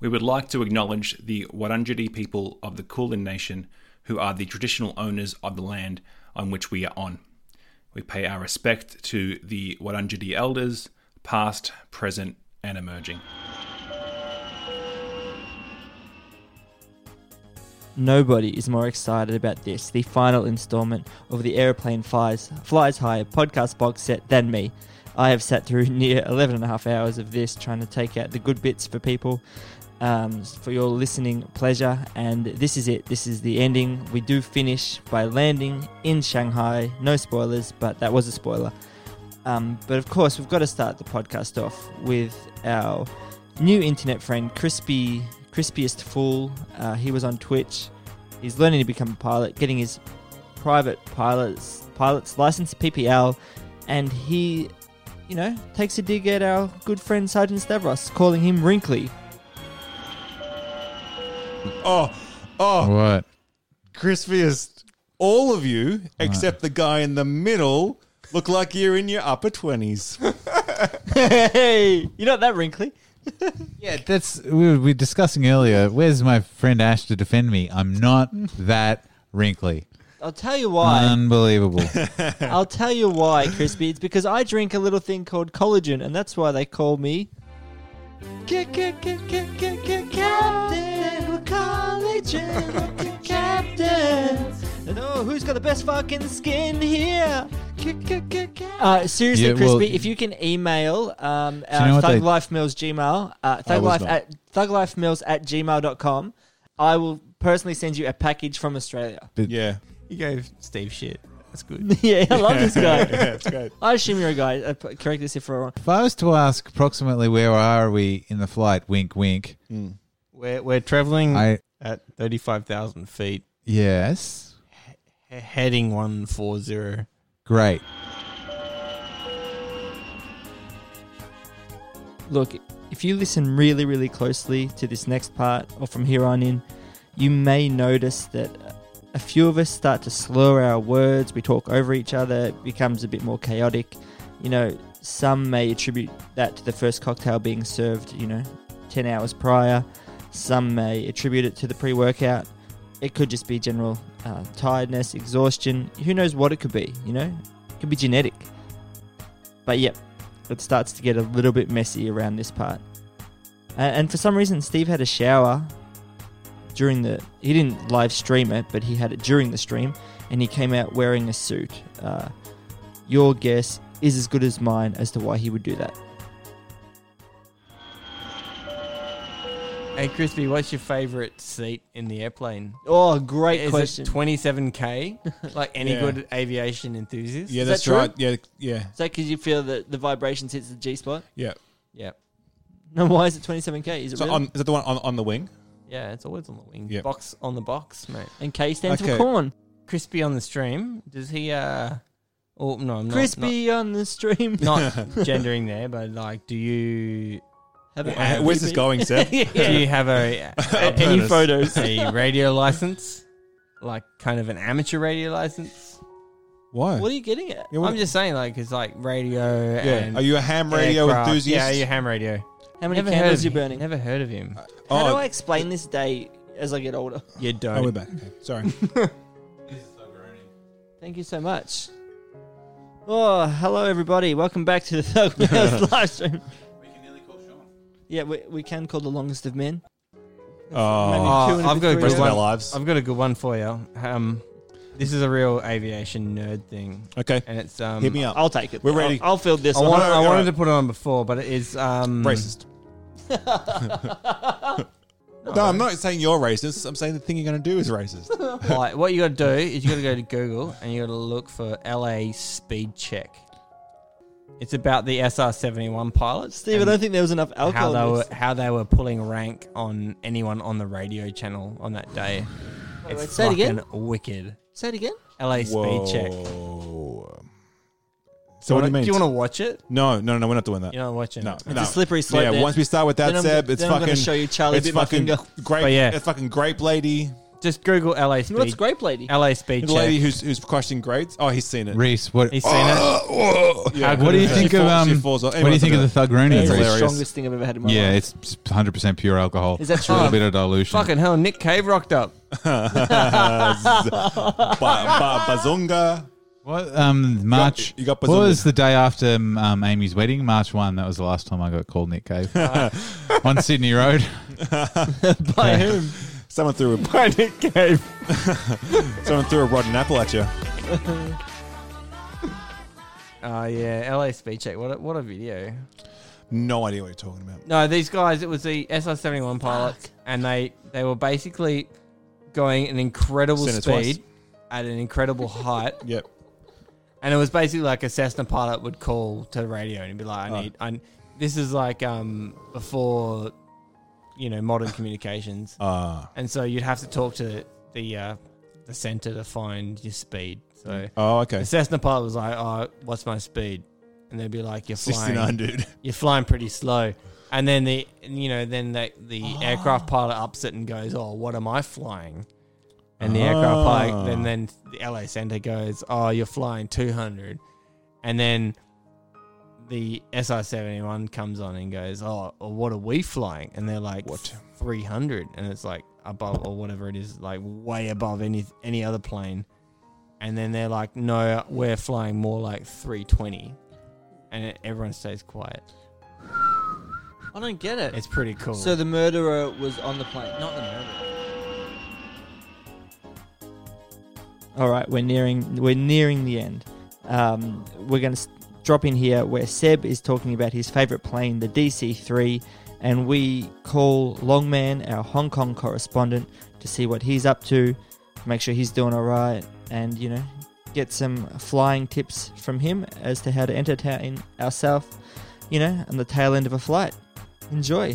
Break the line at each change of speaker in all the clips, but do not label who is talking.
We would like to acknowledge the Wurundjeri people of the Kulin Nation, who are the traditional owners of the land on which we are on. We pay our respect to the Wurundjeri elders, past, present, and emerging.
Nobody is more excited about this, the final installment of the Aeroplane Flies, Flies High podcast box set than me. I have sat through near 11 and a half hours of this trying to take out the good bits for people, um, for your listening pleasure. And this is it. This is the ending. We do finish by landing in Shanghai. No spoilers, but that was a spoiler. Um, but of course, we've got to start the podcast off with our new internet friend, Crispy Crispiest Fool. Uh, he was on Twitch. He's learning to become a pilot, getting his private pilot's pilot's license PPL, and he, you know, takes a dig at our good friend Sergeant Stavros, calling him wrinkly.
Oh, oh,
What?
crispiest. All of you, except the guy in the middle, look like you're in your upper 20s.
Hey, you're not that wrinkly.
Yeah, that's we were we were discussing earlier. Where's my friend Ash to defend me? I'm not that wrinkly.
I'll tell you why.
Unbelievable.
I'll tell you why, Crispy. It's because I drink a little thing called collagen, and that's why they call me. Captain with collagen, Captain. And oh, who's got the best fucking skin here? Uh, seriously,
Yeah,
Crispy,
well-
if you can email um,
you know
our
what they-
Thug Life Mills Gmail, uh,
I
Thug Life
was not.
at thuglifemills at gmail.com, I will personally send you a package from Australia.
yeah.
You gave Steve shit. That's good.
yeah, I love this guy.
That's great.
I assume you're a guy. Uh, p- correct this if we're wrong.
if I was to ask approximately where are we in the flight, wink, wink.
We're, we're
Mm.
traveling
I
at 35,000 feet,
yes,
he- heading 140.
great.
Look, if you listen really, really closely to this next part or from here on in, you may notice that uh, a few of us start to slur our words. We talk over each other. It becomes a bit more chaotic. You know, some may attribute that to the first cocktail being served, you know, 10 hours prior. Some may attribute it to the pre workout. It could just be general uh, tiredness, exhaustion. Who knows what it could be, you know? It could be genetic. But yep, it starts to get a little bit messy around this part. A- And for some reason, Steve had a shower during the. He didn't live stream it, but he had it during the stream, and he came out wearing a suit. Uh, your guess is as good as mine as to why he would do that.
Hey, Crispy, what's your favorite seat in the airplane?
Oh, great
Is
question.
it 27K? Like any
Yeah.
good aviation enthusiast?
Yeah,
Is
that's
that true?
right. Yeah, yeah,
is that because you feel that the vibrations hits the G spot?
yeah.
Yeah.
No, why is it 27K? Is it
So
really?
on, is that the one on, on the wing?
Yeah, it's always on the wing.
Yeah.
Box on the box, mate.
and K stands for
Okay.
corn.
Crispy on the stream. Does he, uh, oh, no, I'm not.
Crispy on the stream.
Not, not gendering there, but like, do you
Have it-
Uh, Where's this going, Seth?
Do you have a, a-
Any
a-
photos?
A radio license, like kind of an amateur radio license.
Why?
What are you getting at?
Yeah, what-
I'm just saying, like it's like radio.
yeah.
and
Are you a ham radio
aircraft.
enthusiast?
Yeah, you ham radio.
How many
Never heard
candles
of
you
him.
burning?
Never heard of him.
Oh,
How do I explain this day as I get older?
You
oh, we're
don't.
back. Okay, Sorry.
Thank you so much. Oh, hello everybody. Welcome back to the Thug Wales live stream. We can nearly call Sean. Yeah, we, we can call the longest of men.
oh,
Oh,
Maybe two and a
I've
bit
got
three
a good
rest of our
one.
lives.
I've got a good one for you. Um, this is a real aviation nerd thing,
Okay,
and it's um.
hit me up.
I'll take it.
We're
I'll-
ready.
I'll, field this
I,
one.
want,
Alright,
I
alright.
wanted to put it on before, but it is um.
Racist. No, I'm not saying you're racist. I'm saying the thing you're going to do is racist.
Like, what you got to do is you got to go to Google and you got to look for LA speed check. It's about the SR seventy one pilots.
Steve, I
and
don't think there was enough
how
alcohol.
they
in
were
this.
how they were pulling rank on anyone on the radio channel on that day. It's
wait, say it again?
fucking wicked.
Say it again.
LA speed check.
Whoa.
Do
So what do you
wanna-
mean?
Do you want to watch it?
No, no, no. We're not doing that.
You're not watching
No,
it.
no.
It's a slippery slope.
Yeah.
then.
Once we start with that,
Then I'm
Seb,
go-
it's
then I'm gonna
fucking.
show you Charlie
it's
bit my
fucking
finger. Oh,
grape.
But yeah.
It's fucking grape lady.
Just Google LA speed.
What's grape lady?
LA speed
The
check.
lady who's who's crushing grapes. Oh, he's seen it.
Reese, what,
He's seen it.
Yeah.
what do you
She
think of
falls- she
um?
falls off.
What do you
Anyone's
think of
gonna-
the Thugroni?
That's
Reese?
the
hilarious.
strongest thing I've ever had in my
Yeah,
life.
it's 100 percent pure alcohol.
Is that
Just A little
true?
bit of dilution.
Fucking hell, Nick Cave rocked up.
ba, ba, bazonga.
What um March?
you got
what
bazooka.
was the day after um, Amy's wedding? March one. That was the last time I got called Nick Cave on Sydney Road.
By whom?
Someone threw a
By Nick Cave.
someone threw a rotten apple at you.
Oh yeah, LA speed check. What a, what a video.
No idea what you're talking about.
No, these guys. It was the SR seventy one pilots, and they they were basically going an incredible
Seen it
speed at an incredible height,
Yep.
and it was basically like a Cessna pilot would call to the radio and be like, "I
Oh.
need." I, this is like um before, you know, modern communications,
Uh,
and so you'd have to talk to the uh, the center to find your speed. So
oh,
the
okay.
Cessna pilot was like, "Oh, what's my speed?" And they'd be like, "You're flying."
69, dude.
you're flying pretty slow. And then the you know then the, the
Ah.
aircraft pilot ups it and goes, oh, what am I flying? And the aircraft
Ah.
pilot then then the LA Center goes, oh, you're flying 200. And then the SI 71 comes on and goes, oh, well, what are we flying? And they're like,
What?
300, and it's like above or whatever it is, like way above any any other plane. And then they're like, no, we're flying more like 320. And it, everyone stays quiet.
I don't get it.
It's pretty cool.
So the murderer was on the plane. Not the murderer.
All right, we're nearing we're nearing the end. Um, we're going to drop in here where Seb is talking about his favorite plane, the DC-3, and we call Longman, our Hong Kong correspondent, to see what he's up to, make sure he's doing all right, and you know, get some flying tips from him as to how to entertain ourselves, you know, on the tail end of a flight. Enjoy.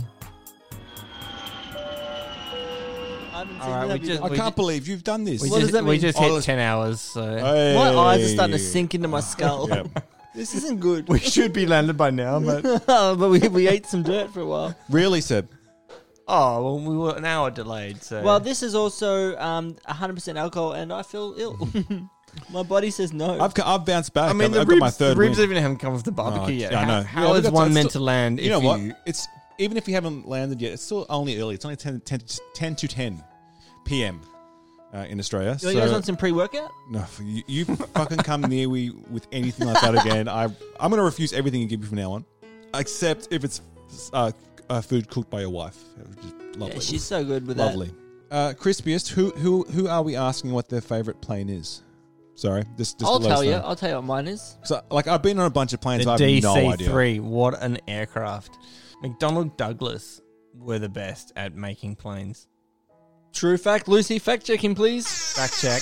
I haven't seen
All right,
that
we
before.
just-
I can't believe you've done this.
we
What does
just,
that
we
mean?
just
Oh,
hit
let's-
10 hours, so
My
Hey.
eyes are starting to sink into my skull.
Yep.
This isn't good. Uh,
we should be landed by now. But
but we, we ate some dirt for a while.
Really, Seb?
oh, well, we were an hour delayed. So
Well, this is also um, 100% alcohol, and I feel ill. my body says no.
Mm-hmm. I've, co- I've bounced back.
I mean,
I've,
the
I've
ribs,
got my third
the ribs
win.
even haven't come off the barbecue yet.
yeah, I
How-
know.
how
Yeah, we
is
got-
one
it's
meant to
still-
land? If
You know what? It's even if you haven't landed yet, it's still only early. It's only 10, 10, 10 to 10 p.m. Uh, in Australia.
you guys want some pre-workout?
No, you, you fucking come near me with anything like that again. I I'm gonna refuse everything you give me from now on, except if it's uh, uh, food cooked by your wife. It was just lovely,
Yeah, she's so good with that.
lovely. Uh, crispiest. Who who who are we asking what their favorite plane is? Sorry, just, just
I'll
let us
tell you.
know.
I'll tell you what mine is.
So, like I've been on a bunch of planes.
the
I have no
DC
idea.
three, what an aircraft! McDonnell Douglas were the best at making planes.
True fact, Lucy, fact checking, please.
Fact check.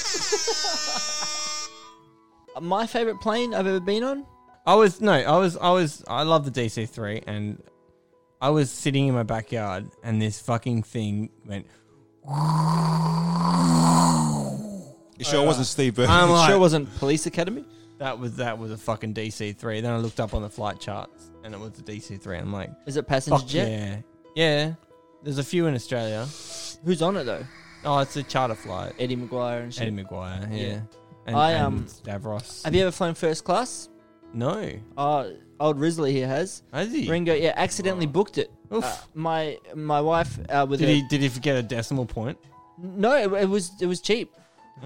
My favorite plane I've ever been on.
I was no, I was I was I love the DC three, and I was sitting in my backyard, and this fucking thing went.
It sure wasn't Steve Burns.
I'm like,
Sure wasn't Police Academy.
that was that was a fucking DC three. Then I looked up on the flight charts, and it was the DC three. I'm like,
Is it passenger
fuck
jet?
yeah, yeah. There's a few in Australia.
Who's on it though?
Oh, it's a charter flight.
Eddie McGuire and shit.
Eddie McGuire, yeah.
Yeah.
And,
I,
and
um,
Stavros.
Have you ever flown first class?
no,
Uh, old Risley here has.
has he?
Ringo, yeah, accidentally booked it.
Oof.
Uh, my my wife uh, with
did
her-
he did he forget a decimal point?
No, it, it was it was cheap.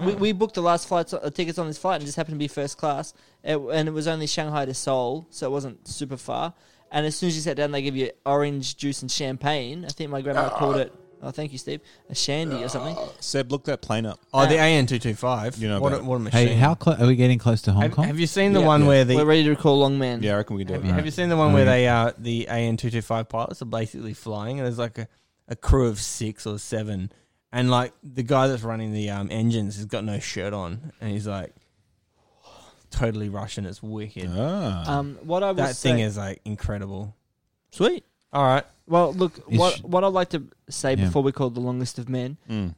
We, we booked the last flights uh, tickets on this flight and just happened to be first class, it, and it was only Shanghai to Seoul, so it wasn't super far. And as soon as you sat down, they give you orange juice and champagne. I think my grandma called it. Oh, thank you, Steve. A shandy or something.
Seb, look that plane up.
Oh, the
Uh,
AN two two five.
You know
what a,
about
what a machine.
Hey, how clo- are we getting close to Hong
have,
Kong?
have you seen the
Yeah.
one
Yeah.
where
We're
the
ready to call Longman.
Yeah, I reckon we can do
have
it.
you, have you seen the one where they uh the AN two two five pilots are basically flying and there's like a, a crew of six or seven and like the guy that's running the um engines has got no shirt on and he's like totally Russian. It's wicked.
Ah.
Um, what I was
that thing is like incredible.
sweet.
All right.
Well, look,
Is
what
sh-
what I'd like to say
Yeah.
before we call the longest of men,
Mm.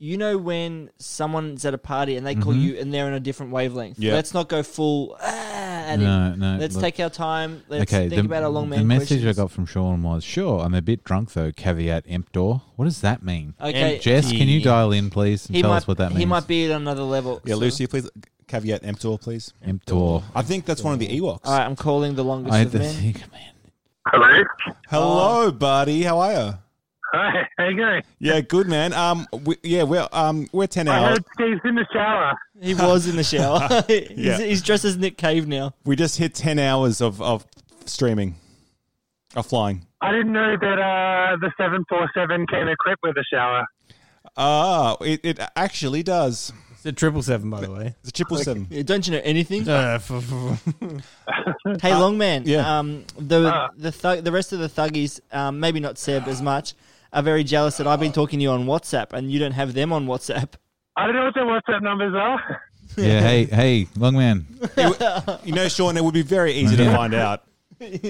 you know, when someone's at a party and they call
Mhm.
you and they're on a different wavelength.
Yeah.
Let's not go full. Ah, at him.
no, no.
Let's
look.
take our time. Let's think
the,
about our long
The
man
message
questions.
I got from Sean was, "Sure, I'm a bit drunk though." Caveat emptor. What does that mean?
Okay,
Jess, can you dial in, please, and
he
tell
might
us what that means?
he might be at another level.
Yeah,
so-
Lucy, please caveat emptor, please.
emptor.
I think that's one of the Ewoks.
All right, I'm calling the longest
I
of
had to
men.
think, man.
Hello.
Hello, buddy. How are you?
Hi. How you going?
Yeah, good man. Um, we, yeah, we're um, we're ten
I
hours.
heard Steve's in the shower.
He was in the shower. he's,
Yeah.
he's dressed as Nick Cave now.
We just hit ten hours of of streaming, of flying.
I didn't know that uh, the 747 came equipped with a shower.
Ah, it, it actually does.
It's a triple seven, by the way.
It's a triple seven.
Yeah, Don't you know anything?
Uh,
Hey, long man.
yeah. Uh.
Um, the the thug, the rest of the thuggies, um, maybe not Seb as much, are very jealous that I've been talking to you on WhatsApp and you don't have them on WhatsApp.
I don't know what their WhatsApp numbers are.
Yeah, hey, hey, long man.
You know, Sean, it would be very easy to
Yeah.
find out.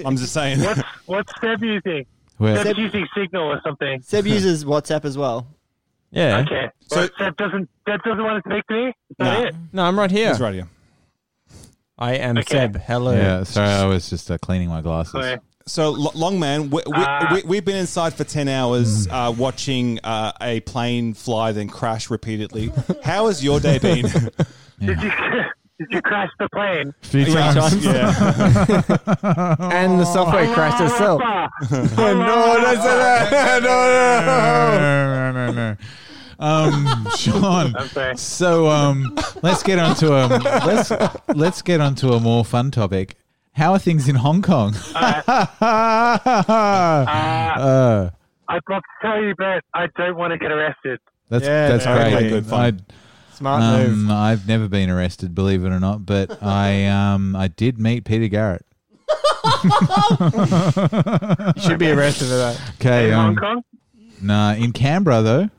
I'm just saying.
What's what's Seb using?
We're,
Seb's using Signal or something.
Seb uses WhatsApp as well.
Yeah.
Okay.
So-
So Seb doesn't Seb doesn't want to speak to me. Is that
Nah.
it?
No, I'm right here.
He's right here.
I am
Okay.
Seb. Hello.
yeah, sorry, I was just uh, cleaning my glasses.
Sorry.
So, Lo- long man, we, we,
Ah.
we, we've been inside for ten hours uh, watching uh, a plane fly then crash repeatedly. How has your day been?
Did you did you crash the plane?
Few
Yeah,
times.
yeah.
And the software crashed itself.
Ah, no, no,
no, no, no, no. Um, Sean.
I'm sorry.
So um, let's get onto a let's let's get onto a more fun topic. How are things in Hong Kong? Uh,
I'd love to tell you, but I don't want to get arrested.
that's
Yeah,
that's
no,
great.
okay, good, fine.
Smart
I,
move.
um, I've never been arrested, believe it or not, but I um, I did meet Peter Garrett.
You should be arrested for that.
Okay,
In Hong
um,
Kong?
nah, in Canberra though.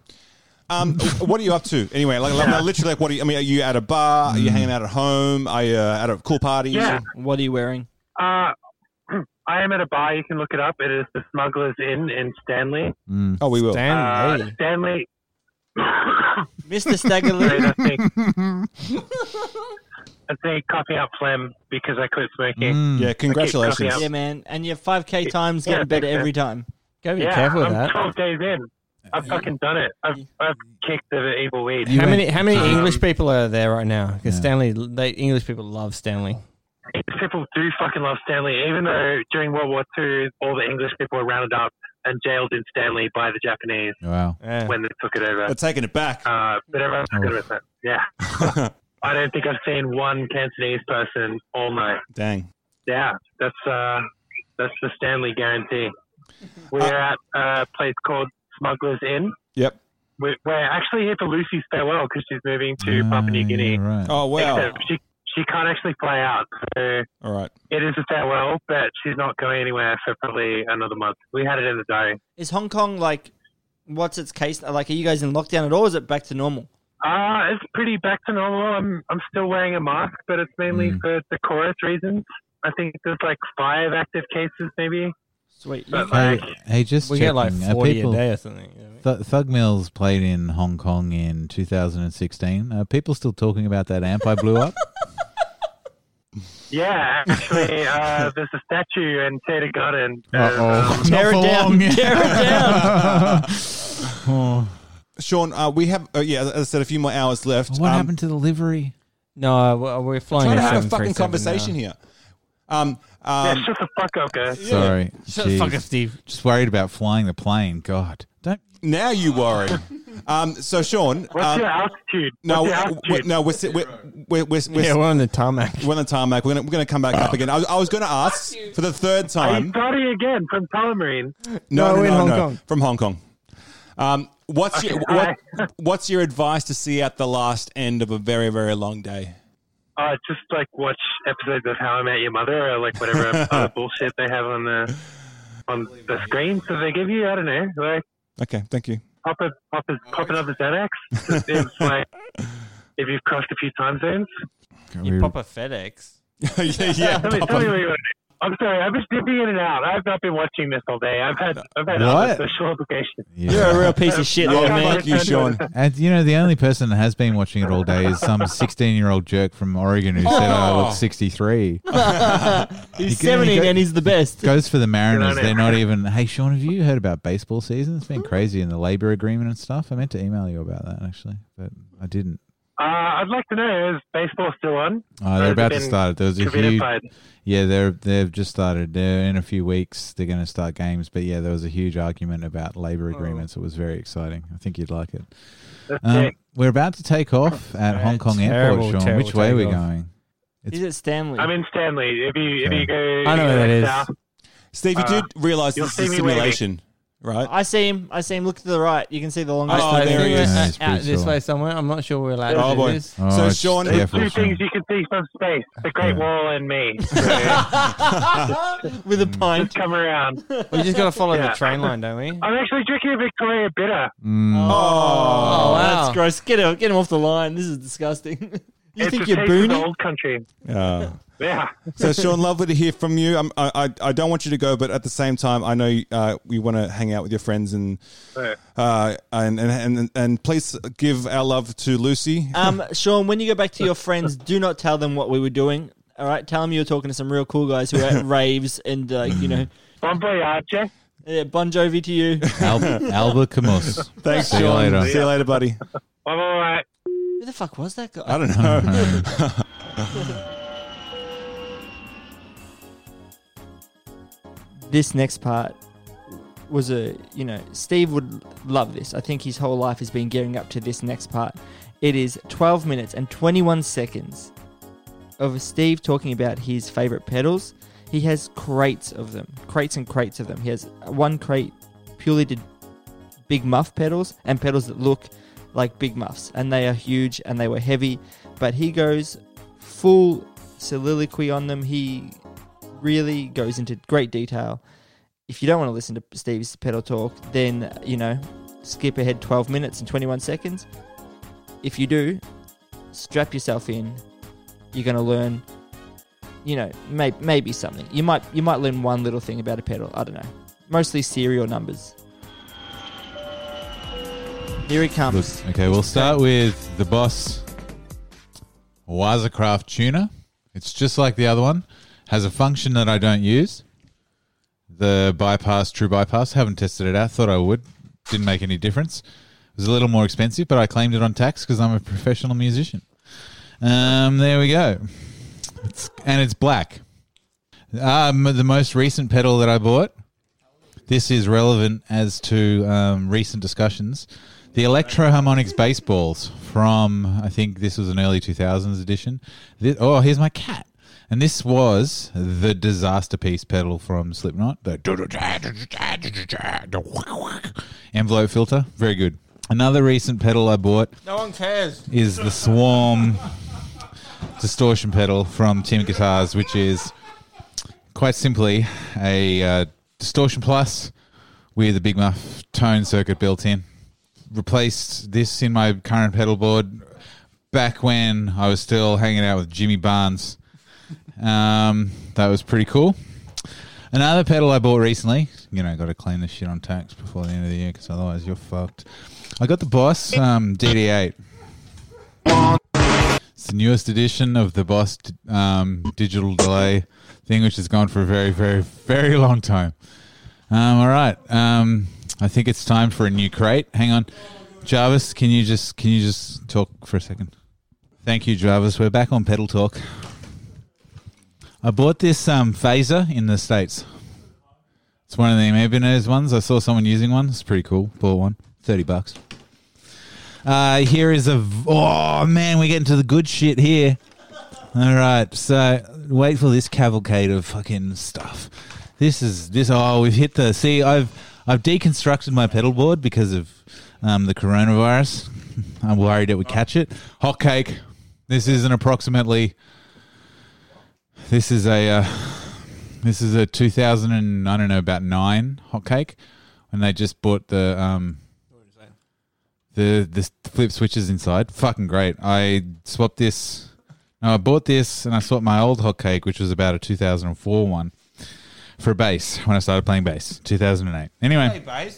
Um, what are you up to anyway? Like, like, literally, like, what? Are you, I mean, are you at a bar? Are you hanging out at home? Are you uh, at a cool party?
Yeah.
What are you wearing?
Uh, I am at a bar. You can look it up. It is the Smugglers Inn in Stanley.
Mm.
Oh, we will.
Uh,
Damn. hey.
Stanley.
Mr. Staggerly.
I think. I think coughing up phlegm because I quit smoking.
Mm.
Yeah, congratulations.
Okay,
yeah, man. And your 5K times
Yeah,
getting better
thanks,
every time.
Gotta be
yeah,
careful with
I'm
that.
12 days in. I've fucking done it. I've, I've kicked the evil weed.
How many how many
Um,
English people are there right now? Because
Yeah.
Stanley, they, English people love Stanley.
People do fucking love Stanley, even though during World War II, all the English people were rounded up and jailed in Stanley by the Japanese
Wow.
Yeah.
when they took it over.
They're taking it back.
Uh, but everyone's good with it. Yeah. I don't think I've seen one Cantonese person all night.
Dang.
Yeah, that's uh, that's the Stanley guarantee. We're
Uh,
at a place called Smugglers Inn.
Yep.
We're, we're actually here for Lucy's farewell because she's moving to
Ah,
Papua New
yeah,
Guinea.
right.
Oh wow.
Except she she can't actually fly out, so
All right.
it is a farewell. But she's not going anywhere for probably another month. We had it in the diary.
Is Hong Kong like, what's its case? Like, are you guys in lockdown at all? Or is it back to normal?
Uh, it's pretty back to normal. I'm I'm still wearing a mask, but it's mainly
Mm.
for decorous reasons. I think there's like five active cases, maybe.
Sweet. You-
But
Hey,
like,
hey, just
We
checking.
get like
Are
40
people,
a day or something. you know?
Th- Thug Mills played in Hong Kong in 2016. Are people still talking about that amp I blew up?
Yeah, actually, uh, there's a statue in Tater Garden. Uh, um,
Tear it down. Tear it down.
Sean, uh, we have uh, yeah. As I said, a few more hours left.
What
Um,
happened to the livery?
No, we're- we're flying.
Trying to
a
have a fucking
737
conversation
now.
here. Um,
yeah,
um,
shut the fuck up, guys.
Sorry.
Shut the
Jeez.
fuck up, Steve.
Just worried about flying the plane. God. Don't.
now you worry. Um, so Sean,
What's
um,
your altitude?
no,
What's your
w- w-
altitude?
no, we're si- we're we're we're, we're,
Yeah, we're on the tarmac.
we're on the tarmac. We're gonna we're gonna come back
Ah.
up again. I, was- I was gonna ask for the third
Are you
time.
starting again from Tullamarine?
No,
No,
no,
in
no,
Hong
no.
Kong.
From Hong Kong. Um, what's your
Okay,
what, what's your advice to see out the last end of a very very long day?
Uh, just like watch episodes of How I Met Your Mother or like whatever other bullshit they have on the on the screens that they give you. I don't know. Like
Okay, thank you.
pop a pop a, pop another Xanax. It's like if you've crossed a few time zones.
We-
You pop a FedEx.
yeah, yeah.
Tell me,
Papa.
tell me what you want I'm sorry. I've been dipping in and out. I've not been watching this all day. I've had I've had
What?
other social implications.
You're a real piece of shit,
Yeah,
little man.
Fuck you, Sean.
And you know, the only person that has been watching it all day is some 16 year old jerk from Oregon who said "Oh, I
Oh.
look 63.
He's
You go- you
70
go-
and he's the best.
Goes for the Mariners.
it. Mm-hmm.
They're not even. Hey, Sean, have you heard about baseball season? It's been crazy in the labor agreement and stuff. I meant to email you about that actually, but I didn't.
Uh, I'd like to know is baseball still on?
Oh,
Has
they're
it
about to
been
start it. There was a huge.
Communified.
Yeah, they're they've just started. They're in a few weeks. They're going to start games. But yeah, there was a huge argument about labor agreements. It was very exciting. I think you'd like it.
Oh. That's
Um,
sick.
we're about to take off at Hong Kong
terrible,
Airport, Sean.
terrible
Which way are we
takeoff.
going?
He's at Stanley.
I'm in Stanley. If you if
Okay.
you go,
I know where that is.
south,
Steve, you
Uh,
did realize
you'll
this is a
see me waving.
simulation, right?
I see him. I see him. Look to the right. You can see the long.
Oh,
I
there
think
he
we're
is.
Yeah, it's
out
pretty
this
sure.
way somewhere. I'm not sure we're allowed
Oh,
to do
boy.
this.
Oh,
So,
it's
Sean,
careful,
Two
Sean.
things you can see from space: the Great
Yeah.
Wall and me. So
with a pint.
come around.
We just got to follow
Yeah.
the train line, don't we?
I'm actually drinking a Victoria bitter.
Mm.
Oh,
Oh, wow.
that's gross. Get him, get him off the line. This is disgusting. you
it's
think
a
you're
taste of the
boony?
old country.
Ah.
Uh,
Yeah.
so, Sean, lovely to hear from you. I'm, I, I I don't want you to go, but at the same time, I know uh, we want to hang out with your friends and
Right.
uh, and, and and and please give our love to Lucy.
Um, Sean, when you go back to your friends, do not tell them what we were doing. All right, tell them you were talking to some real cool guys who are at raves and like you know,
Bon voyage.
yeah, Bon Jovi to you.
Al- Alba Camus.
Thanks,
See you
Sean.
later.
See you later, buddy.
I'm all right.
Who the fuck was that guy?
I don't know.
this next part was a you know steve would love this i think his whole life has been gearing up to this next part it is 12 minutes and 21 seconds of steve talking about his favorite pedals he has crates of them crates and crates of them he has one crate purely to big muff pedals and pedals that look like big muffs and they are huge and they were heavy but he goes full soliloquy on them he really goes into great detail. If you don't want to listen to Steve's pedal talk, then you know, skip ahead 12 minutes and 21 seconds. If you do, strap yourself in. You're going to learn, you know, may- maybe something. You might you might learn one little thing about a pedal. I don't know. Mostly serial numbers. Here he comes.
Okay, we'll start with the Boss Wazacraft tuner. It's just like the other one. Has a function that I don't use. The bypass, true bypass. Haven't tested it out. Thought I would. Didn't make any difference. It was a little more expensive, but I claimed it on tax because I'm a professional musician. Um, there we go. It's, and it's black. Um, the most recent pedal that I bought. This is relevant as to um, recent discussions. The Electro Harmonics baseballs from I think this was an early 2000s edition. Thi- oh, here's my cat. And this was the disaster piece pedal from Slipknot. The envelope filter, very good. Another recent pedal I bought
No one cares.
is the Swarm distortion pedal from Tim Guitars, which is quite simply a uh, distortion plus with a Big Muff tone circuit built in. Replaced this in my current pedal board back when I was still hanging out with Jimmy Barnes. Um, that was pretty cool. Another pedal I bought recently. You know, got to clean this shit on tax before the end of the year because otherwise you're fucked. I got the Boss um, DD8. It's the newest edition of the Boss um, digital delay thing, which has gone for a very, very, very long time. Um, all right, um, I think it's time for a new crate. Hang on, Jarvis, can you just can you just talk for a second? Thank you, Jarvis. We're back on pedal talk. I bought this um, phaser in the states. It's one of the Ebenezer ones. I saw someone using one. It's pretty cool. Bought one, thirty bucks. Uh, here is a. v- Oh man, we're getting to the good shit here. All right, so wait for this cavalcade of fucking stuff. This is this. Oh, we've hit the. See, I've I've deconstructed my pedal board because of um, the coronavirus. I'm worried it would catch it. Hot cake. This is an approximately. This is a. Uh, this is a 2000 and I don't know about nine hot cake, when they just bought the um, the the flip switches inside. Fucking great. I swapped this. No, I bought this and I swapped my old hot cake, which was about a 2004 one, for bass when I started playing bass, 2008. Anyway,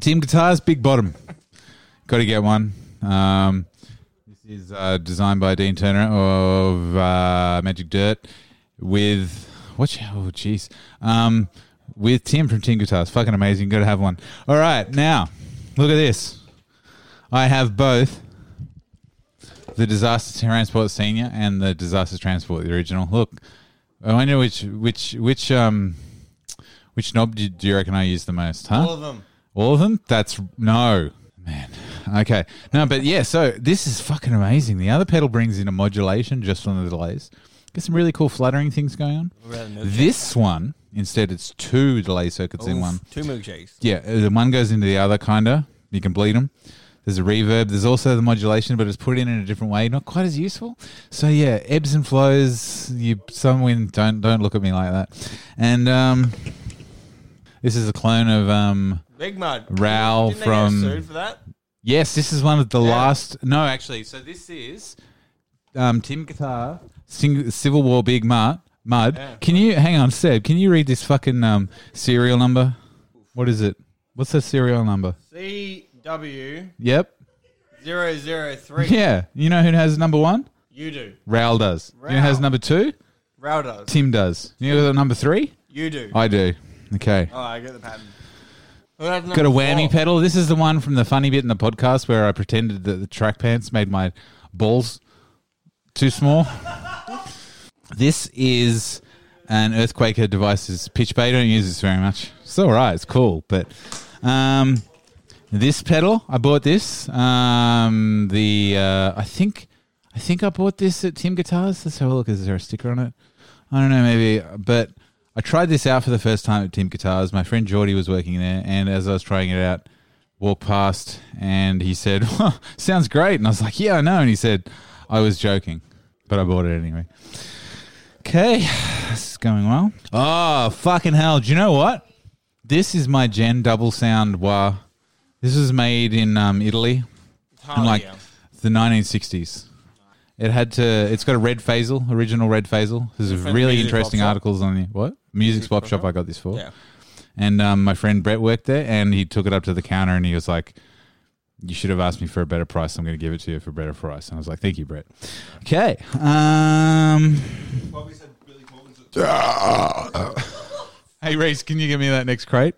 Team Guitars, Big Bottom. Got to get one. Um, this is uh, designed by Dean Turner of uh, Magic Dirt with what? Oh, jeez. Um, with Tim from Team Guitars. Fucking amazing. Got to have one. All right, now look at this. I have both the Disaster Transport Senior and the Disaster Transport the original. Look, I wonder which which which um which knob do, do you reckon I use the most? Huh?
All of them.
All of them? That's no. Man. Okay. No, but yeah, so this is fucking amazing. The other pedal brings in a modulation just from the delays. Got some really cool fluttering things going on. This one, instead, it's two delay circuits in one.
Two milkshakes.
Yeah, uh, the one goes into the other, kinda. You can bleed them. There's a reverb. There's also the modulation, but it's put in in a different way. Not quite as useful. So yeah, ebbs and flows. You some win. Don't don't look at me like that. And um, this is a clone of um,
Big mud.
Rao
Didn't they get
from-
sued for that?
Yes, this is one of the last. No, actually, so this is um, Tim Guitar, Sing- Civil War Big Mud. Mud. Can you hang on, Seb? Can you read this fucking um, serial number? What is it? What's the serial number?
CW
Yep.
003.
Yeah. You know who has number one?
You do.
Raoul does. You know who has
Raoul.
number two?
Rao does.
Tim does. You know who has number three?
You do.
I do. Okay.
oh, I get the pattern. Well, that's
Got a
number
whammy
four.
pedal. This is the one from the funny bit in the podcast where I pretended that the track pants made my balls too small. this is an Earthquaker device's pitch bay. Don't use this very much. It's all right. It's cool, but um, this pedal I bought this. Um, the uh, I think I think I bought this at Tim Guitars. Let's have a look. Is there a sticker on it? I don't know, maybe, but I tried this out for the first time at Tim Guitars. My friend Geordie was working there, and as I was trying it out, walked past and he said, well, Sounds great. And I was like, Yeah, I know. And he said, I was joking, but I bought it anyway. Okay, this is going well. Oh, fucking hell. Do you know what? This is my Gen double sound wah. This was made in um, Italy in like the 1960s. It had to. It's got a red phasal, original red phasal. There's
From
really
Music Pop
interesting
Shop?
articles on the what music
Music
swap
Pop
shop.
Shop?
I got this for,
Yeah.
and um, my friend Brett worked there, and he took it up to the counter, and he was like, "You should have asked me for a better price. I'm going to give it to you for a better price." And I was like, "Thank you, Brett." Okay. Um, hey Reese, can you give me that next crate?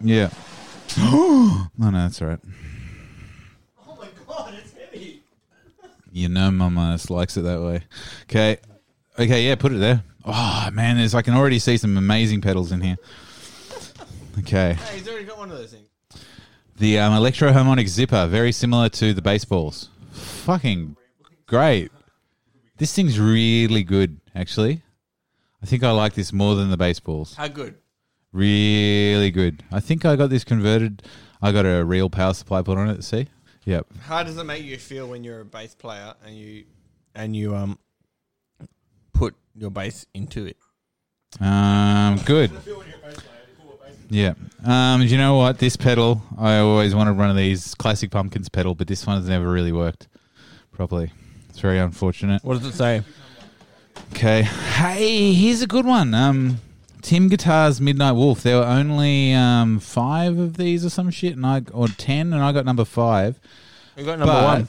Yeah. oh no, that's all right.
Oh my god, it's heavy.
You know, Mama just likes it that way. Okay. Okay, yeah, put it there. Oh, man, there's I can already see some amazing pedals in here. Okay.
Hey, he's already got one of those things.
The um, electro harmonic zipper, very similar to the baseballs. Fucking great. This thing's really good, actually. I think I like this more than the baseballs.
How good?
Really good. I think I got this converted. I got a real power supply put on it. See? Yep.
How does it make you feel when you're a bass player and you and you um put your bass into it?
Um, good. Yeah. Um, do you know what? This pedal, I always wanted one of these classic pumpkins pedal, but this one has never really worked properly. It's very unfortunate.
What does it say?
Okay. Hey, here's a good one. Um, Tim Guitar's Midnight Wolf. There were only um, five of these or some shit, and I or ten, and I got number five.
We got number
But-
one.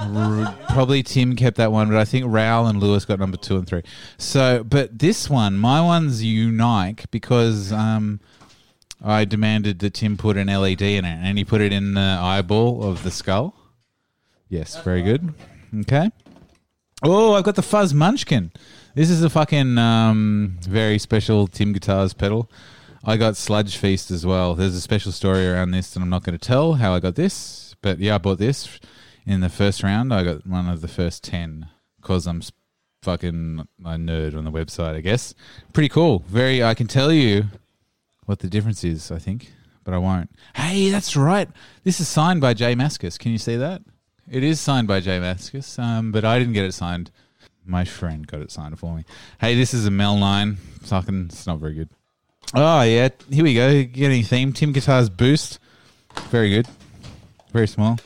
R- probably Tim kept that one, but I think Raoul and Lewis got number two and three. So, but this one, my one's unique because um, I demanded that Tim put an LED in it, and he put it in the eyeball of the skull. Yes, very good. Okay. Oh, I've got the Fuzz Munchkin. This is a fucking um, very special Tim Guitars pedal. I got Sludge Feast as well. There's a special story around this, and I'm not going to tell how I got this. But yeah, I bought this in the first round. I got one of the first 10 because I'm s- fucking a nerd on the website, I guess. Pretty cool. Very, I can tell you what the difference is, I think, but I won't. Hey, that's right. This is signed by Jay Maskus. Can you see that? It is signed by Jay Maskus, um, but I didn't get it signed. My friend got it signed for me. Hey, this is a Mel 9. Fucking, it's not very good. Oh, yeah. Here we go. Getting theme. Tim Guitars Boost. Very good. Very small.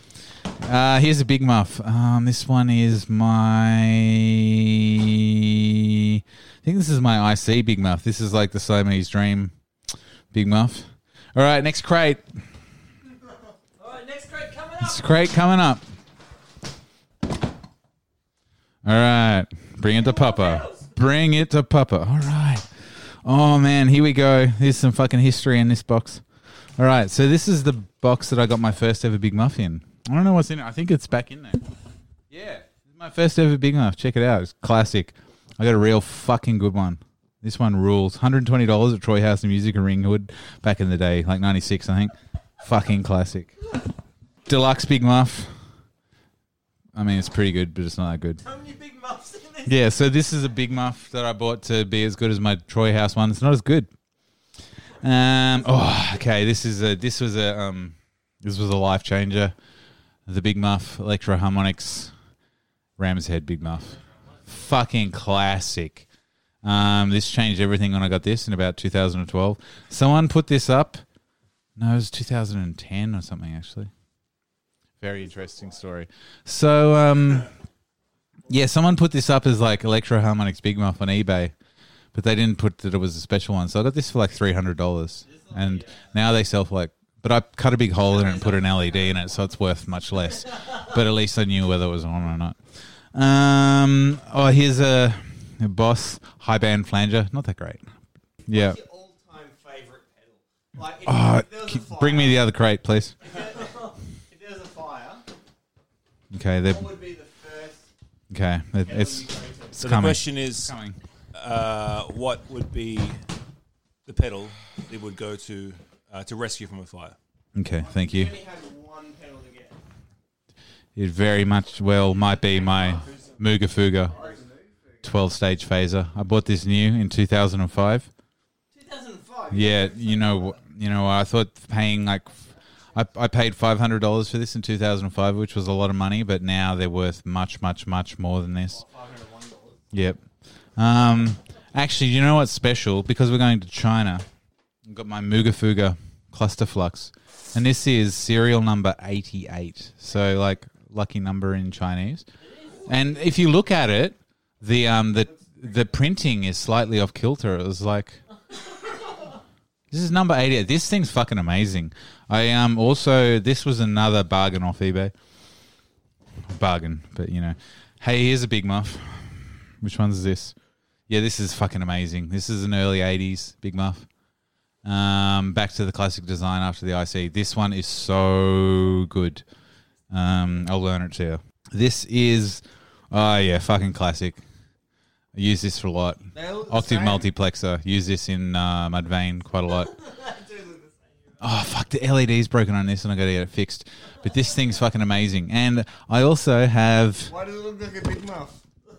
Uh, here's a big muff. Um, this one is my. think this is my IC Big Muff. This is like the Siamese Dream Big Muff. All right, next crate. Next crate coming up. All right. Bring it to Papa. Bring it to Papa. All right. Oh, man. Here we go. Here's some fucking history in this box. All right. So, this is the box that I got my first ever Big Muff in. I don't know what's in it. I think it's back in there. Yeah. This is my first ever Big Muff. Check it out. It's classic. I got a real fucking good one. This one rules. $120 at Troy House and Music in Ringwood back in the day, like 96, I think. Fucking classic. Deluxe Big Muff. I mean, it's pretty good, but it's not that good.
How many big muffs in there?
Yeah, so this is a big muff that I bought to be as good as my Troy House one. It's not as good. Um. Oh, okay. This is a. This was a. Um. This was a life changer. The big muff, electro harmonics, Ram's head big muff, fucking classic. Um. This changed everything when I got this in about 2012. Someone put this up. No, it was 2010 or something actually. Very interesting story. So um. Yeah, someone put this up as like Electro Harmonics Big Muff on eBay, but they didn't put that it was a special one. So I got this for like three hundred dollars, and now they sell for like. But I cut a big hole in it and put an LED in it, so it's worth much less. But at least I knew whether it was on or not. Um, oh, here's a, a Boss high band flanger. Not that great. Yeah.
Your all-time favorite pedal. Like, if,
Oh,
if there was a
c-
fire,
bring me the other crate, please.
If there was a fire,
Okay, they're,
what would be the first?
okay, it- it's
So
coming.
the question is,
coming.
uh, what would be the pedal that would go to uh, to rescue from a fire?
Okay, thank you.
He had one pedal to get.
It very much well might be my Muga Fuga 12 stage phaser. I bought this new in 2005.
2005.
Yeah, you know, wh- you know, I thought paying like f- I, I paid $500 for this in 2005, which was a lot of money, but now they're worth much much much more than this. Yep. Um actually, you know what's special because we're going to China. I've got my Muga Fuga cluster flux. And this is serial number 88. So like lucky number in Chinese. And if you look at it, the um the the printing is slightly off kilter. It was like this is number 88. This thing's fucking amazing. I um also this was another bargain off eBay. Bargain, but you know. Hey, here's a big muff. Which one's this? Yeah, this is fucking amazing. This is an early 80s big muff. Um, back to the classic design after the IC. This one is so good. Um, I'll learn it to you. This is, oh yeah, fucking classic. I use this for a lot. Octave multiplexer. Use this in uh, Mudvayne quite a lot. Oh fuck! The LED's broken on this, and I got to get it fixed. But this thing's fucking amazing, and I also have.
Why does it look like a big muff?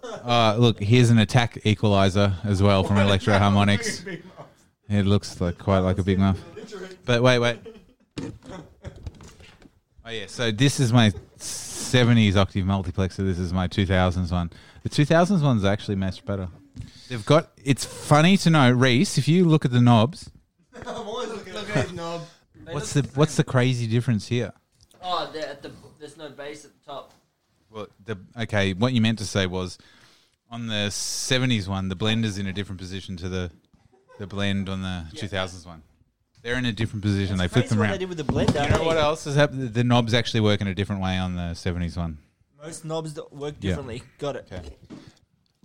Uh, look, here's an attack equalizer as well from Electro Harmonics.
Big muff.
It looks like quite like a big muff. But wait, wait. Oh yeah, so this is my '70s octave multiplexer. This is my 2000s one. The 2000s one's actually matched better. They've got. It's funny to know, Reese. If you look at the knobs,
I'm always looking at his knob.
what's the what's the crazy difference here?
Oh, they're at the, there's no base at the top.
Well, the okay, what you meant to say was on the '70s one, the blender's in a different position to the the blend on the 2000s one. They're in a different position. they flip
That's
them
what they
around.
did with the blender.
You know what else has happened? The knobs actually work in a different way on the 70s one.
Most knobs that work
Yeah.
differently. Got it.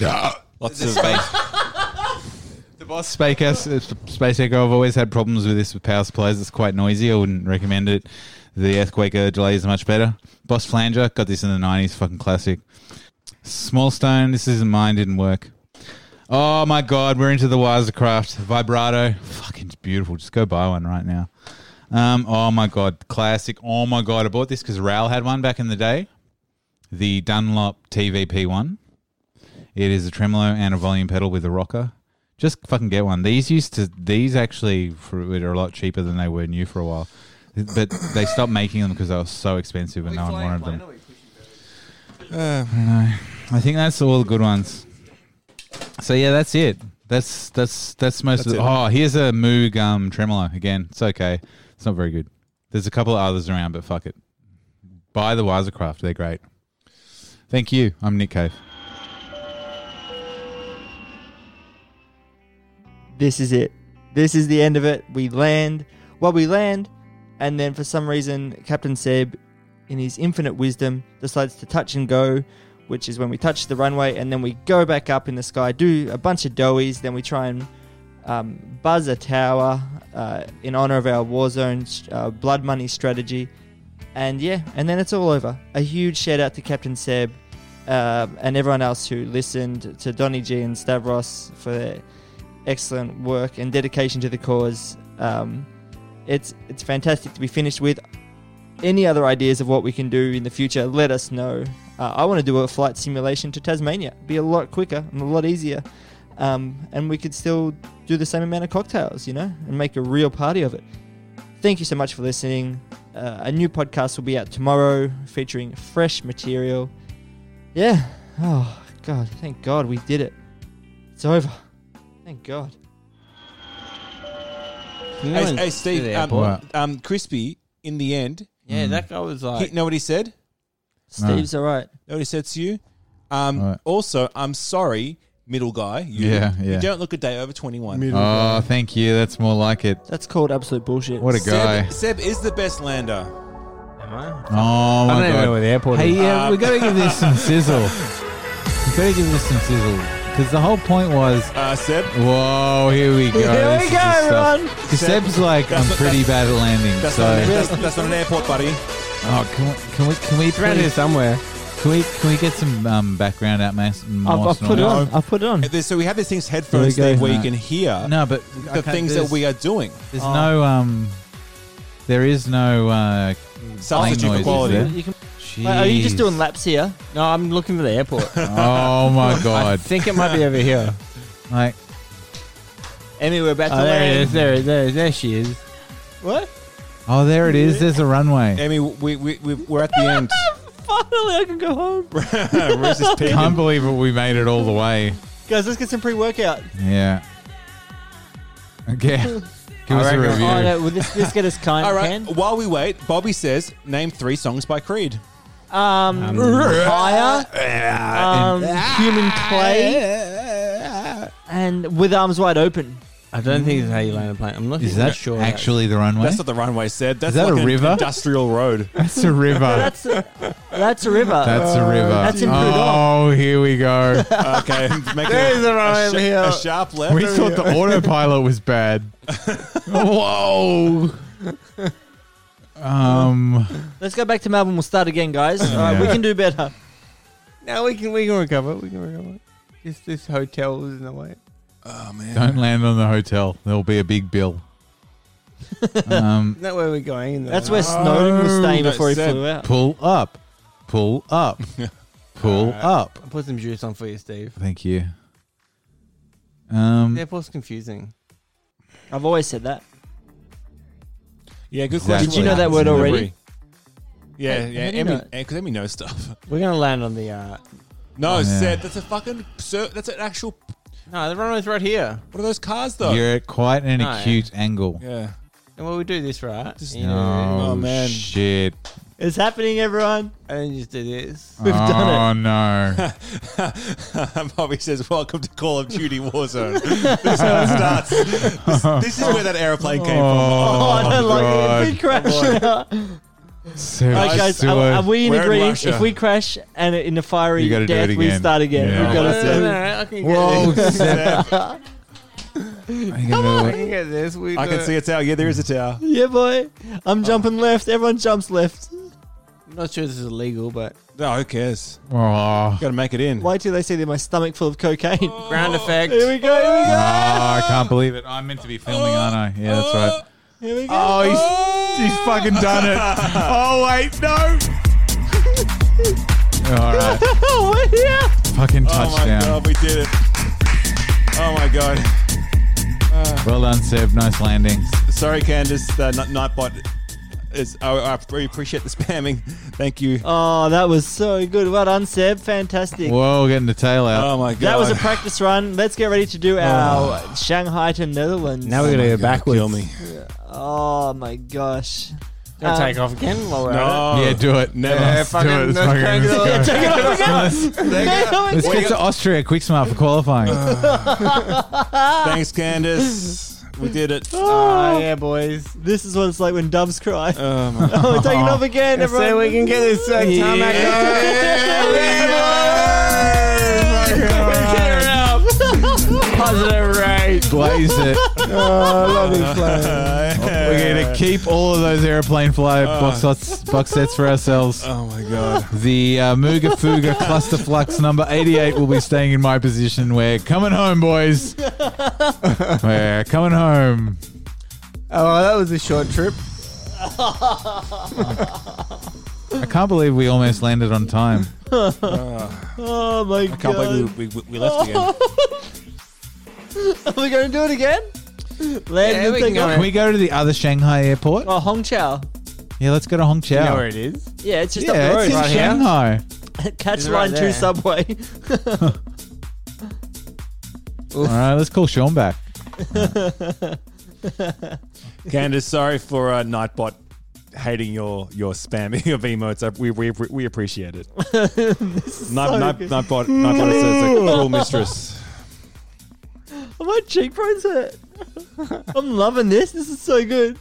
Lots
The
of
space. the boss Space Echo, Space Echo, I've always had problems with this with power supplies. It's quite noisy. I wouldn't recommend it. The Earthquake uh, delay is much better. Boss Flanger, got this in the 90s. Fucking classic. Small Stone, this isn't mine. Didn't work. Oh my God, we're into the Wisercraft. Vibrato. Fucking it's beautiful. Just go buy one right now. Um, oh my God, classic. Oh my God, I bought this because Raoul had one back in the day. The Dunlop TVP one. It is a tremolo and a volume pedal with a rocker. Just fucking get one. These used to these actually for, are a lot cheaper than they were new for a while, but they stopped making them because they were so expensive and no one wanted them.
Uh,
I think that's all the good ones. So yeah, that's it. That's that's that's most
That's
of.
it.
Oh, here's a Moog um, tremolo again. It's okay. It's not very good. There's a couple of others around, but fuck it. Buy the Wisercraft. They're great. Thank you. I'm Nick Cave.
this is it. This is the end of it. We land. Well, we land, and then for some reason, Captain Seb, in his infinite wisdom, decides to touch and go, which is when we touch the runway, and then we go back up in the sky, do a bunch of doughies, then we try and um, buzz a tower uh, in honor of our Warzone uh, blood money strategy. And yeah, and then it's all over. A huge shout out to Captain Seb um, and everyone else who listened to Donny G and Stavros for their excellent work and dedication to the cause. Um, it's it's fantastic to be finished with. Any other ideas of what we can do in the future? Let us know. Uh, I want to do a flight simulation to Tasmania. Be a lot quicker and a lot easier, um, and we could still do the same amount of cocktails, you know, and make a real party of it. Thank you so much for listening. Uh, a new podcast will be out tomorrow featuring fresh material. Yeah. Oh, God. Thank God we did it. It's over. Thank God.
Hey, hey, Steve, um,
airport.
um, Crispy, in the end,
yeah, that guy was
he,
like,
know what he said?
Steve's all right.
Know what he said to you? Um,
Alright.
Also, I'm sorry, middle guy. You,
Yeah, yeah.
You don't look a day over 21.
Oh, thank you. That's more like it.
That's called absolute bullshit.
What a guy.
Seb, Seb is the best lander.
am I?
Oh,
I
my
don't even
God.
know where the airport is.
Hey, yeah, we gotta give this some sizzle. We gotta give this some sizzle because the whole point was.
Uh, Seb,
Whoa, here we go.
Here we
This is
go,
the stuff.
everyone.
Because Seb's like, I'm
That's not-
pretty bad at landing.
that's, not, an,
so,
that's, that's not an airport, buddy.
oh, can we, can we, can we,
It's around here
please,
somewhere.
can we, can we get some um, background out, Mass?
I've, I've put it on. I've put it on.
Uh, there's- So we have these things headphones,
There we
Steve,
go.
where you
No.
can hear
No, but
the things that we are doing.
There's no um. There is no. uh
Substitute for
noises
quality.
there.
You can,
Jeez.
Wait, are you just doing laps here?
No, I'm looking for the airport.
Oh my
I
god!
think it might be over here.
Like
Emmy, we're about to
Oh, there it
land.
is. There, it is, there, it is, there she is.
What?
Oh, there it is. There's a runway.
Amy, we, we, we, we're at the end.
Finally, I can go home.
Where's this pig?
Can't believe it. We made it all the way.
Guys, let's get some pre-workout.
Yeah. Okay. Give us a
Oh,
review.
no, will this, this get us kind
All
of
right. While we wait, Bobby says, name three songs by Creed.
can? Um, higher, um, human clay, and with arms wide open.
I don't think it's how you land a plane. I'm not
Is
even
that
sure.
actually the runway?
That's
That's,
not the runway, Seb. That's
Eh? that a
like an
river?
Industrial road.
a river. That's,
That's a, that's a river.
a river.
that's in
oh, here we go.
Okay, make a,
There's a runway
a, sha-
here.
a sharp left.
we thought the autopilot was bad. Whoa. Um.
Let's go back to Melbourne. We'll start again, guys. All right, we
Yeah.
can do better.
No, we can we can recover. We can recover. Just this hotel was in the way.
oh man,
Don't land on the hotel. There'll be a big bill. um,
Isn't that where we're going? In the
That's where Snowden was staying
No,
before he
Seb.
flew out.
pull up. Pull up. Pull up.
I put some juice on for you, Steve.
Thank you.
The
Um,
airport's confusing.
I've always said that.
yeah, good
Exactly.
question.
Did you know that word already?
Yeah,
Hey,
yeah,
how do you
Emmy,
know?
because Emmy knows stuff.
We're gonna land on the. uh
No,
Oh, Yeah.
Seb, that's a fucking. Sir, that's an actual.
No, the runway's right here.
What are those cars though?
you're at quite an
Oh, yeah.
acute angle.
yeah.
And well, we do this right,
Just-
you know,
Oh,
Oh, man.
shit!
It's happening, everyone.
and then just do this.
We've oh,
done
no!
Bobby says, "Welcome to Call of Duty Warzone." this is how it starts. This, this is where that airplane came
Oh,
Oh, I don't like it. If we crash,
So
All right, guys, are, are we in
We're in
agreement?
Russia.
If we crash and in the fiery
You gotta do
death,
it
we
again.
start again.
Yeah.
We
No,
gotta
no,
do
no,
it.
no, I can get
Whoa,
this.
Seb. Come
I can get this. We
from. I
do
can
it.
see a tower. Yeah, there is a tower.
Yeah, boy. I'm jumping left. Everyone jumps left.
I'm not sure this is illegal, but
No, who cares?
Oh,
Got to make it in.
Why do they say that my stomach full of cocaine?
ground effect.
Here we go. Here we go.
Ah, I can't believe it! I'm meant to be filming, aren't I? Yeah, that's right.
Here we go.
Oh, he's, he's fucking done it. Oh, wait, no. All right.
We're here.
Fucking
Oh my
touchdown.
god, we did it! Oh my god.
well done, Seb. Nice landing.
Sorry, Candace, the n- Nightbot. Is, I, I really appreciate the spamming. Thank you.
Oh, that was so good. Well done, Seb. Fantastic.
Whoa, getting the tail out.
Oh my god.
That was a practice run. Let's get ready to
Oh.
do our
oh
Shanghai to Netherlands.
Now we're gonna go backwards.
Kill me.
Oh my gosh.
Do I
Um,
take off again? While we're at
No.
yeah, do it.
Never.
Yeah,
Oh. Yeah,
let's
fucking-
do it. Let's
let's
fucking-
crank it up.
let's go.
Take it off
Let's get to Austria quick smart for qualifying.
Thanks, Candace. We did it.
it? Ah, yeah, boys.
This is what it's like when doves cry.
Oh, my God.
Oh, we're taking off again,
Let's see if
everyone.
we can get this uh, tarmac
Yeah, we
up.
did it.
Get her up. Positive rate.
Blaze it. We're gonna keep all of those airplane flyer box sets, box sets for ourselves.
Oh my god.
The uh, Muga Fuga Cluster Flux number 88 will be staying in my position. We're coming home, boys. We're coming home.
Oh, well, that was a short trip.
I can't believe we almost landed on time.
Oh my
I can't
god.
believe we, we, we left again.
Oh.
Are we going to do it again? Land
Yeah,
the
we
thing
can go
up.
Can we go to the other Shanghai airport?
Oh, Hong Chao.
Yeah, let's go to Hong
You know where
Chao.
it is.
Yeah, it's just
Yeah,
up the
it's in
right here.
Shanghai.
road. Catch
It's right
line 2
there.
subway.
All right, let's call Sean back.
Candace, sorry for uh, Nightbot hating your your spamming of emotes. I- We we, we appreciate it. Night, Night- Nightbot, Nightbot is a, is a cruel mistress.
Oh, my cheekbones hurt. I'm loving this. This is so good.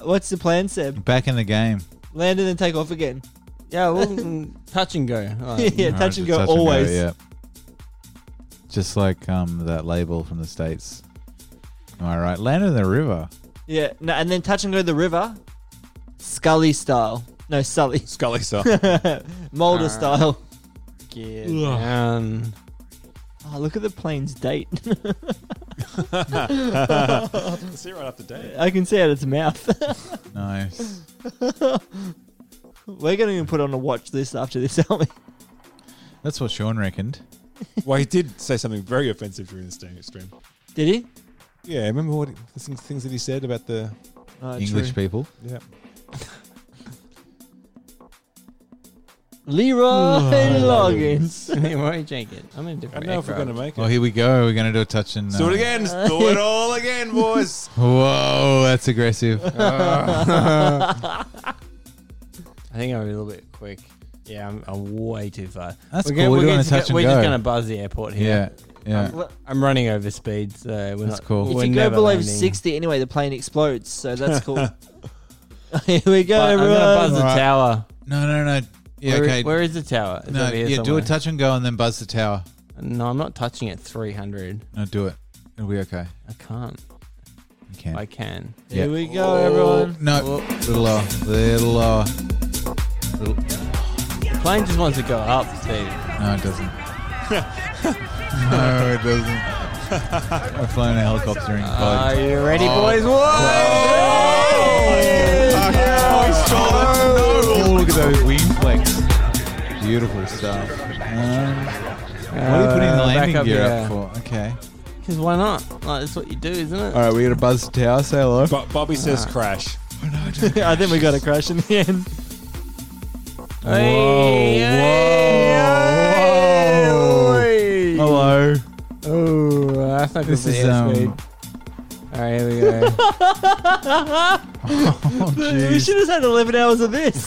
What's the plan, Seb?
Back in the game.
Land and then take off again.
Yeah, we'll mm, touch and go. Like,
yeah,
All right,
touch and go
just
always.
yeah. Just like um, that label from the States. Am I right? Land in the river.
Yeah, no, and then touch and go the river, Scully style. No, Sully,
Scully, sir.
Mulder
Alright.
style.
get down.
Oh, look at the plane's date.
See right after date.
I can see out its mouth.
Nice.
We're going to put on a watch list after this, aren't we?
That's what Sean reckoned.
Well, he did say something very offensive during this day- stream.
Did he?
Yeah, remember what he- the things, things that he said about the
Oh,
English
true.
people.
yeah.
Leroy
Oh.
Loggins.
You won't drink it. I'm in a
I
different
don't know if we're
aircraft.
gonna Oh, make it.
Well, Oh, here we go. We're going to do a touch and.
Let's do
uh,
it again. Let's do it all again, boys.
Whoa, that's aggressive.
I think I'm a little bit quick. Yeah, I'm, I'm way too far.
That's
we're gonna-
cool. We're
We're,
doing
gonna
a
just
touch
go-
and
we're
go.
just going to buzz the airport
yeah.
here.
Yeah.
I'm running over speed, so we're
That's
not
cool.
we're
If you go
never
below
landing.
60 anyway, the plane explodes, so that's cool. Here we go,
But I'm going to
everyone.
buzz the tower.
No, no, no. Yeah,
Where-
okay.
where is the tower? It's
no,
over here
yeah, do a
somewhere.
touch and go and then buzz the tower.
No, I'm not touching at 300.
No, do it. It'll be okay.
I can't.
You can.
I can.
Here
Yeah.
we go, everyone.
No, little lower. Little lower. Little,
The plane just wants to go up, Steve.
No, it doesn't. no, it doesn't. I've flown a helicopter in
Are
pod.
you ready, boys? Whoa!
Oh, look at those wing flex. Beautiful stuff. Um, what
Uh,
are you putting the landing gear up for? Okay.
Because why not? Like, that's what you do, isn't it?
All right, we got to buzz the tower. Say hello.
Bo- Bobby says crash.
I think we got a crash in the end.
Hey, hey, hey.
Hello.
Oh, that's not good
This
for the
is um.
airspeed. All right, here we go.
Oh,
We
jeez.
should have had 11 hours of this.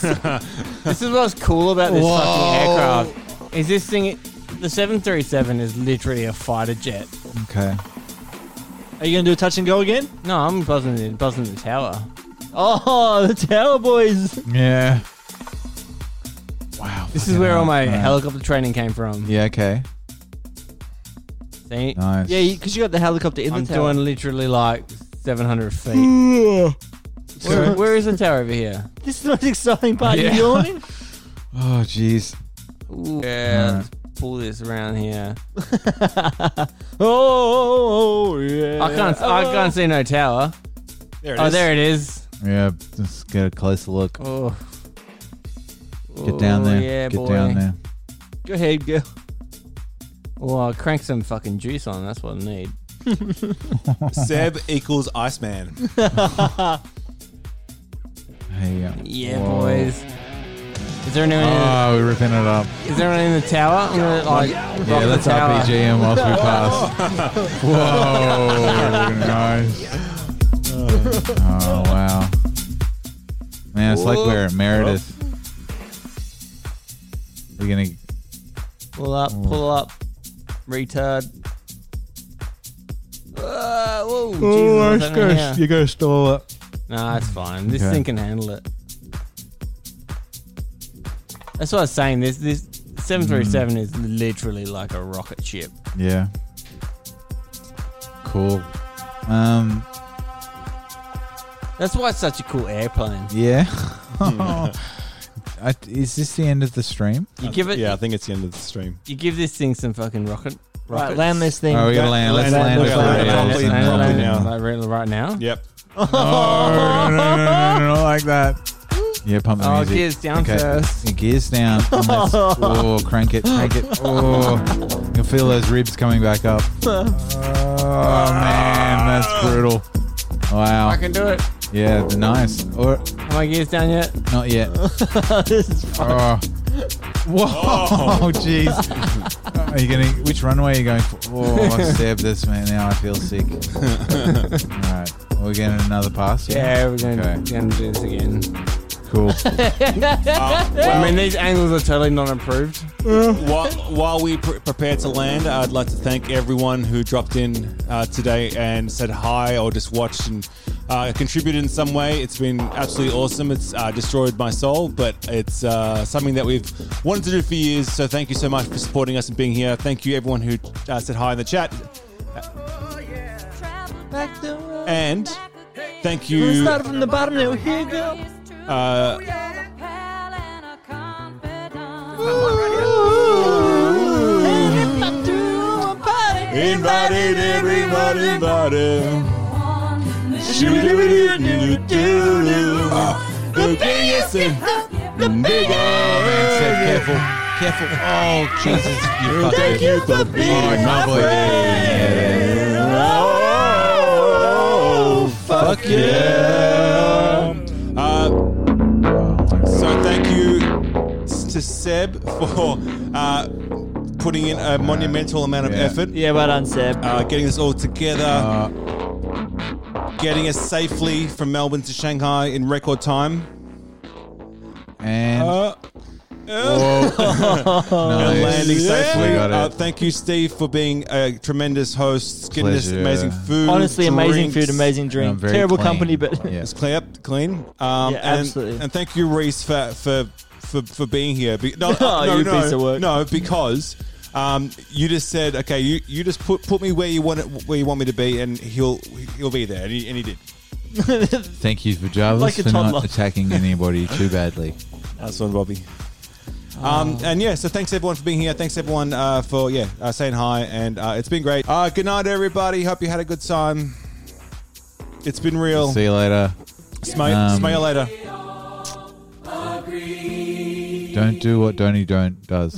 this is what's cool about this
Whoa.
fucking aircraft. Is this thing? The 737 is literally a fighter jet.
Okay.
Are you going to do a touch and go again?
No, I'm buzzing the buzzing the tower.
Oh, the Tower Boys.
Yeah. Wow.
This is
fucking
where all
hell.
my
Alright.
helicopter training came from.
Yeah. Okay.
See?
Nice.
Yeah, because you got the helicopter in
I'm
the tower.
doing literally like 700 feet. where, where is the tower over here?
this is the most exciting part.
Yeah.
You yawning?
Oh, jeez.
Ooh,
Yeah.
yeah, let's pull this around here.
Oh, yeah. Oh.
I can't. I
Uh,
can't see no tower.
There it is.
Oh, there it is.
Yeah. Let's get a closer look.
Oh.
Get down
Oh,
there.
Yeah,
Get
boy.
down there.
Go ahead, girl.
Oh, I'll crank some fucking juice on. That's what I need.
Seb equals Iceman.
Hey, yeah.
Yeah,
Whoa.
boys. Is there anyone?
Oh, we're ripping it up.
in, is there anyone in the tower? I'm gonna like rock
Yeah, let's
the tower.
RPG him whilst we pass. Whoa, nice. Oh, wow. oh, Man, it's like we're at Meredith. We're gonna.
Pull up, pull up, retard. Uh, whoa, Jesus, what's happening here?
go stall up.
Nah, it's fine. This
Okay.
thing can handle it. That's what I was saying. This this
Mm.
seven three seven is literally like a rocket ship.
Yeah. Cool. Um.
That's why it's such a cool airplane.
Yeah. Hmm. I, is this the end of the stream?
You give it.
Yeah, I think it's the end of the stream.
You give this thing some fucking rocket.
Right,
rockets.
land this thing.
Oh, we gotta
Yeah,
land. Let's
land-
land.
let's
before
land
it
properly-
ends, and then-
properly now.
Like right, right now.
Yep.
Oh, no, no, no, no, no, no, like that. Yeah, pump the
Oh,
music.
gears down first.
Yeah, Gears down. And let's- oh, crank it, crank it. Oh, you can feel those ribs coming back up. Oh man, that's brutal. Wow.
I can do it.
Yeah, nice. Or
Are my gears down yet?
not yet. Oh. Whoa, jeez. Oh. Are you gonna? Which runway are you going for? Oh, I stabbed this man. Now I feel sick. All right, we're getting another pass.
Yeah, we're gonna,
Okay.
gonna do this again.
cool.
I mean, these angles are totally not improved.
while, while we pr- prepare to land, I'd like to thank everyone who dropped in uh, today and said hi or just watched and uh, contributed in some way. It's been absolutely awesome. It's uh, destroyed my soul, but it's uh, something that we've wanted to do for years. So thank you so much for supporting us and being here. Thank you, everyone who uh, said hi in the chat.
Back the road.
And thank
We
you.
started from the bottom. Now here you go.
Uh, Invited everybody, invited. The biggest the big
Oh, Man, so careful. Careful. Oh, Jesus. You fucked it.
you for being
Oh, my boy.
Oh, fuck yeah. Uh, so thank you to Seb for uh, putting in a monumental amount of
Yeah.
effort.
Yeah, well done, Seb.
Uh, getting this all together,
Uh,
getting us safely from Melbourne to Shanghai in record time.
and
Uh,
nice.
landing safely.
We got it.
Uh, thank you, Steve, for being a tremendous host, getting us
Pleasure.
amazing food.
Honestly, amazing
drinks.
food, amazing
And I'm
drink.
very
Terrible
clean.
company, but
Yeah.
It's clean up, clean. Um,
Yeah,
and,
absolutely.
And thank you, Reese, for for for, for being here. Be- no,
Oh,
no,
you
no,
piece of work.
no, because. Um, you just said, okay, you, you just put put me where you want it, where you want me to be, and he'll he'll be there, and he, and he did.
Thank you, Vajavis,
Like a
for
toddler.
not attacking anybody too badly.
That's one, Bobby. Um, and yeah, so thanks everyone for being here. Thanks everyone uh, for yeah uh, saying hi, and uh, it's been great. Uh, good night, everybody. Hope you had a good time. It's been real.
See you later.
Smile,
Um,
smile later.
Don't do what Donny Don't does.